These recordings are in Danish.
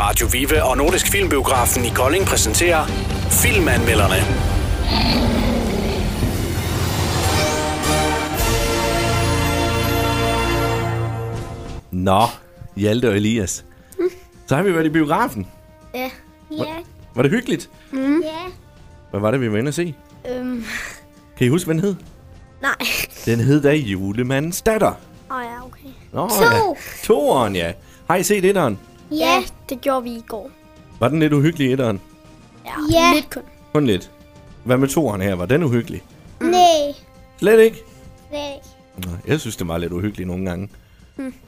Radio Vive og Nordisk Filmbiografen i Kolding præsenterer Filmanmelderne. Nå, Hjalte og Elias. Så har vi været i biografen. Ja. Ja, Var det hyggeligt? ja. Hvad var det, vi var inde at se? Øhm, Kan I huske, hvad den hed? nej. Den hed da Julemandens datter. Åh oh, ja, okay. Nå, To. Ja. Toeren, ja. Har I set etteren? Ja, det gjorde vi i går. Var den lidt uhyggelig, etteren? Ja, Ja. lidt kun. Kun lidt. Hvad med toeren her? Var den uhyggelig? nej, Slet ikke? nej. Nå, jeg synes, det var lidt uhyggeligt nogle gange.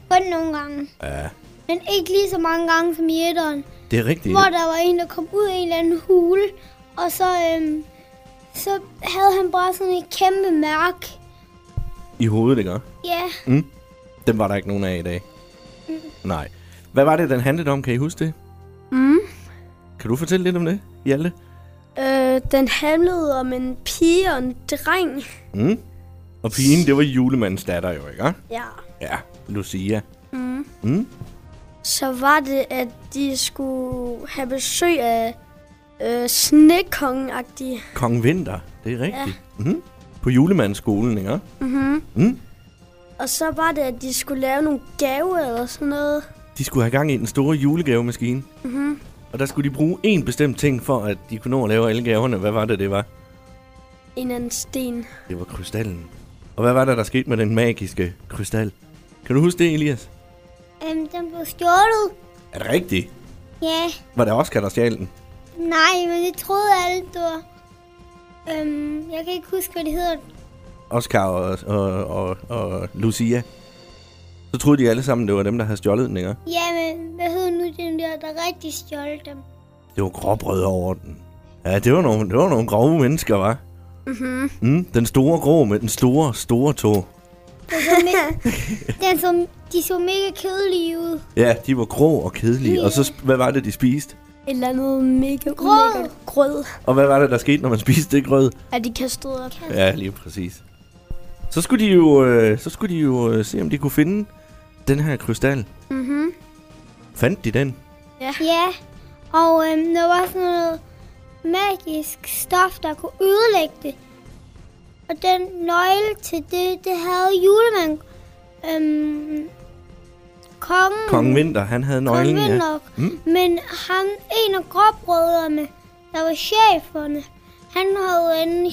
Kun nogle gange. Ja, Men ikke lige så mange gange som i etteren, det er rigtigt. hvor der var en, der kom ud af en eller anden hule, og så, øhm, så havde han bare sådan et kæmpe mærk. I hovedet, ikke? Ja, Den var der ikke nogen af i dag. Nej. Hvad var det, den handlede om? Kan I huske det? Mm. Kan du fortælle lidt om det, Hjalte? Øh, den handlede om en pige og en dreng. Mm. Og pigen, det var julemandens datter jo, ikke? Ja. Ja, Lucia. Så var det, at de skulle have besøg af øh, snekongen-agtige. Kong Vinter, det er rigtigt. Ja. Mm. På julemandsskolen, ikke? Og så var det, at de skulle lave nogle gaver eller sådan noget. De skulle have gang i den store julegavemaskine. Mm-hmm. Og der skulle de bruge én bestemt ting, for at de kunne nå at lave alle gaverne. Hvad var det, det var? En anden sten. Det var krystallen. Og hvad var der, der skete med den magiske krystal? Kan du huske det, Elias? øhm, den blev stjålet. Er det rigtigt? Ja, Var det Oscar, der stjal den? nej, men det troede alle, det var. Øhm, jeg kan ikke huske, hvad det hedder. Oscar og, og, og, og Lucia. Så troede de alle sammen, det var dem, der havde stjålet den, ikke? Ja, men hvad hed nu den der, der rigtig stjålet dem? Det var gråbrød over den. Ja, det var nogle, det var nogle grove mennesker, var. Mm-hmm. Mm, den store grå med den store, store tog. Den så, me- den så, de så mega kedelige ud. Ja, de var grå og kedelige. Yeah. Og så, sp- hvad var det, de spiste? Et eller andet mega Grød. ulækkert grød, Og hvad var det, der skete, når man spiste det grød? at de kastede op. Ja, lige præcis. Så skulle de jo, øh, så skulle de jo øh, se, om de kunne finde den her krystal. Mm-hmm. Fandt de den? Ja, og øhm, der var sådan noget magisk stof, der kunne ødelægge det. Og den nøgle til det, det havde julemanden. Øhm, kongen. Kong Vinter, han havde kongen nøglen, ja. nok. Mm. Men han, en af gråbrødrene, der var cheferne, han havde en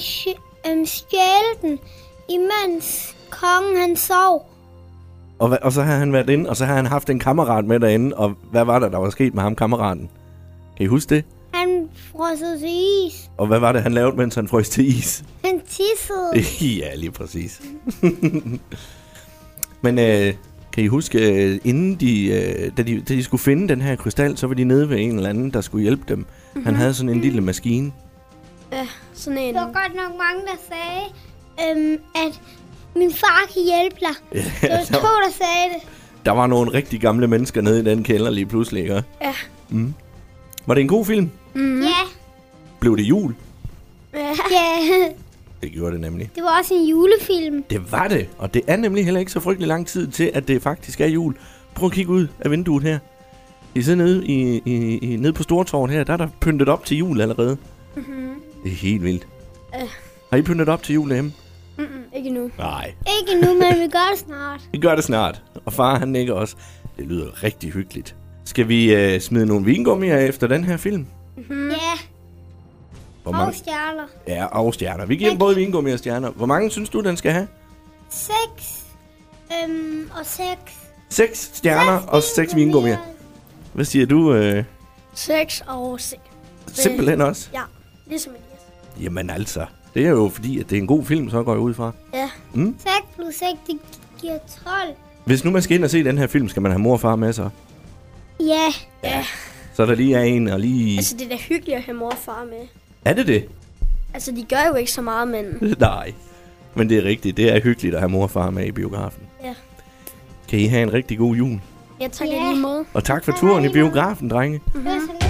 øhm, stjælet den, imens kongen han sov. Og, hva- og så har han været inde, og så har han haft en kammerat med derinde. Og hvad var der, der var sket med ham, kammeraten? Kan I huske det? Han frosset til is. Og hvad var det, han lavede, mens han frøs til is? Han tissede. ja, lige præcis. Men øh, kan I huske, øh, inden de, øh, da de, da de skulle finde den her krystal, så var de nede ved en eller anden, der skulle hjælpe dem. Mm-hmm. Han havde sådan en lille maskine. Ja, sådan en. Der var godt nok mange, der sagde, øhm, at min far kan hjælpe dig. Der var to, der sagde det. Der var nogle rigtig gamle mennesker nede i den kælder lige pludselig, ikke? Ja. Mm. Var det en god film? Mm. Ja. Blev det jul? ja, Ja. Det gjorde det nemlig. det var også en julefilm. Det var det, og det er nemlig heller ikke så frygtelig lang tid til, at det faktisk er jul. Prøv at kigge ud af vinduet her. I sidder nede, i, i, i, nede på Stortorvet her, der er der pyntet op til jul allerede. Mm-hmm. Det er helt vildt. Øh. Har I pyntet op til jul hjemme? Mm-mm, ikke nu. Nej. Ikke nu, men vi gør det snart. Vi gør det snart. Og far han nikker også. Det lyder rigtig hyggeligt. Skal vi øh, smide nogle vingummier efter den her film? Mm. Ja, Hvor og mange? stjerner. Ja, og stjerner. Vi giver dem både vingummi og stjerner. Hvor mange synes du, den skal have? Seks. Øhm, og seks. Seks stjerner seks og seks vingummier. Hvad siger du? Øh, 6 og 6. simpelthen også. Ja, ligesom Elias. Jamen altså, det er jo fordi, at det er en god film, så går jeg ud fra. Ja, Seks plus seks, det gi- giver 12. Hvis nu man skal ind og se den her film, skal man have mor og far med sig. Ja, Så der lige er en og lige... altså det er da hyggeligt at have mor og far med. Er det det? Altså de gør jo ikke så meget, men Nej. Men det er rigtigt. Det er hyggeligt at have mor og far med i biografen. ja. Kan I have en rigtig god jul. Jeg tager Ja. yeah. lige måde. Og tak for turen i biografen, drenge. det var sådan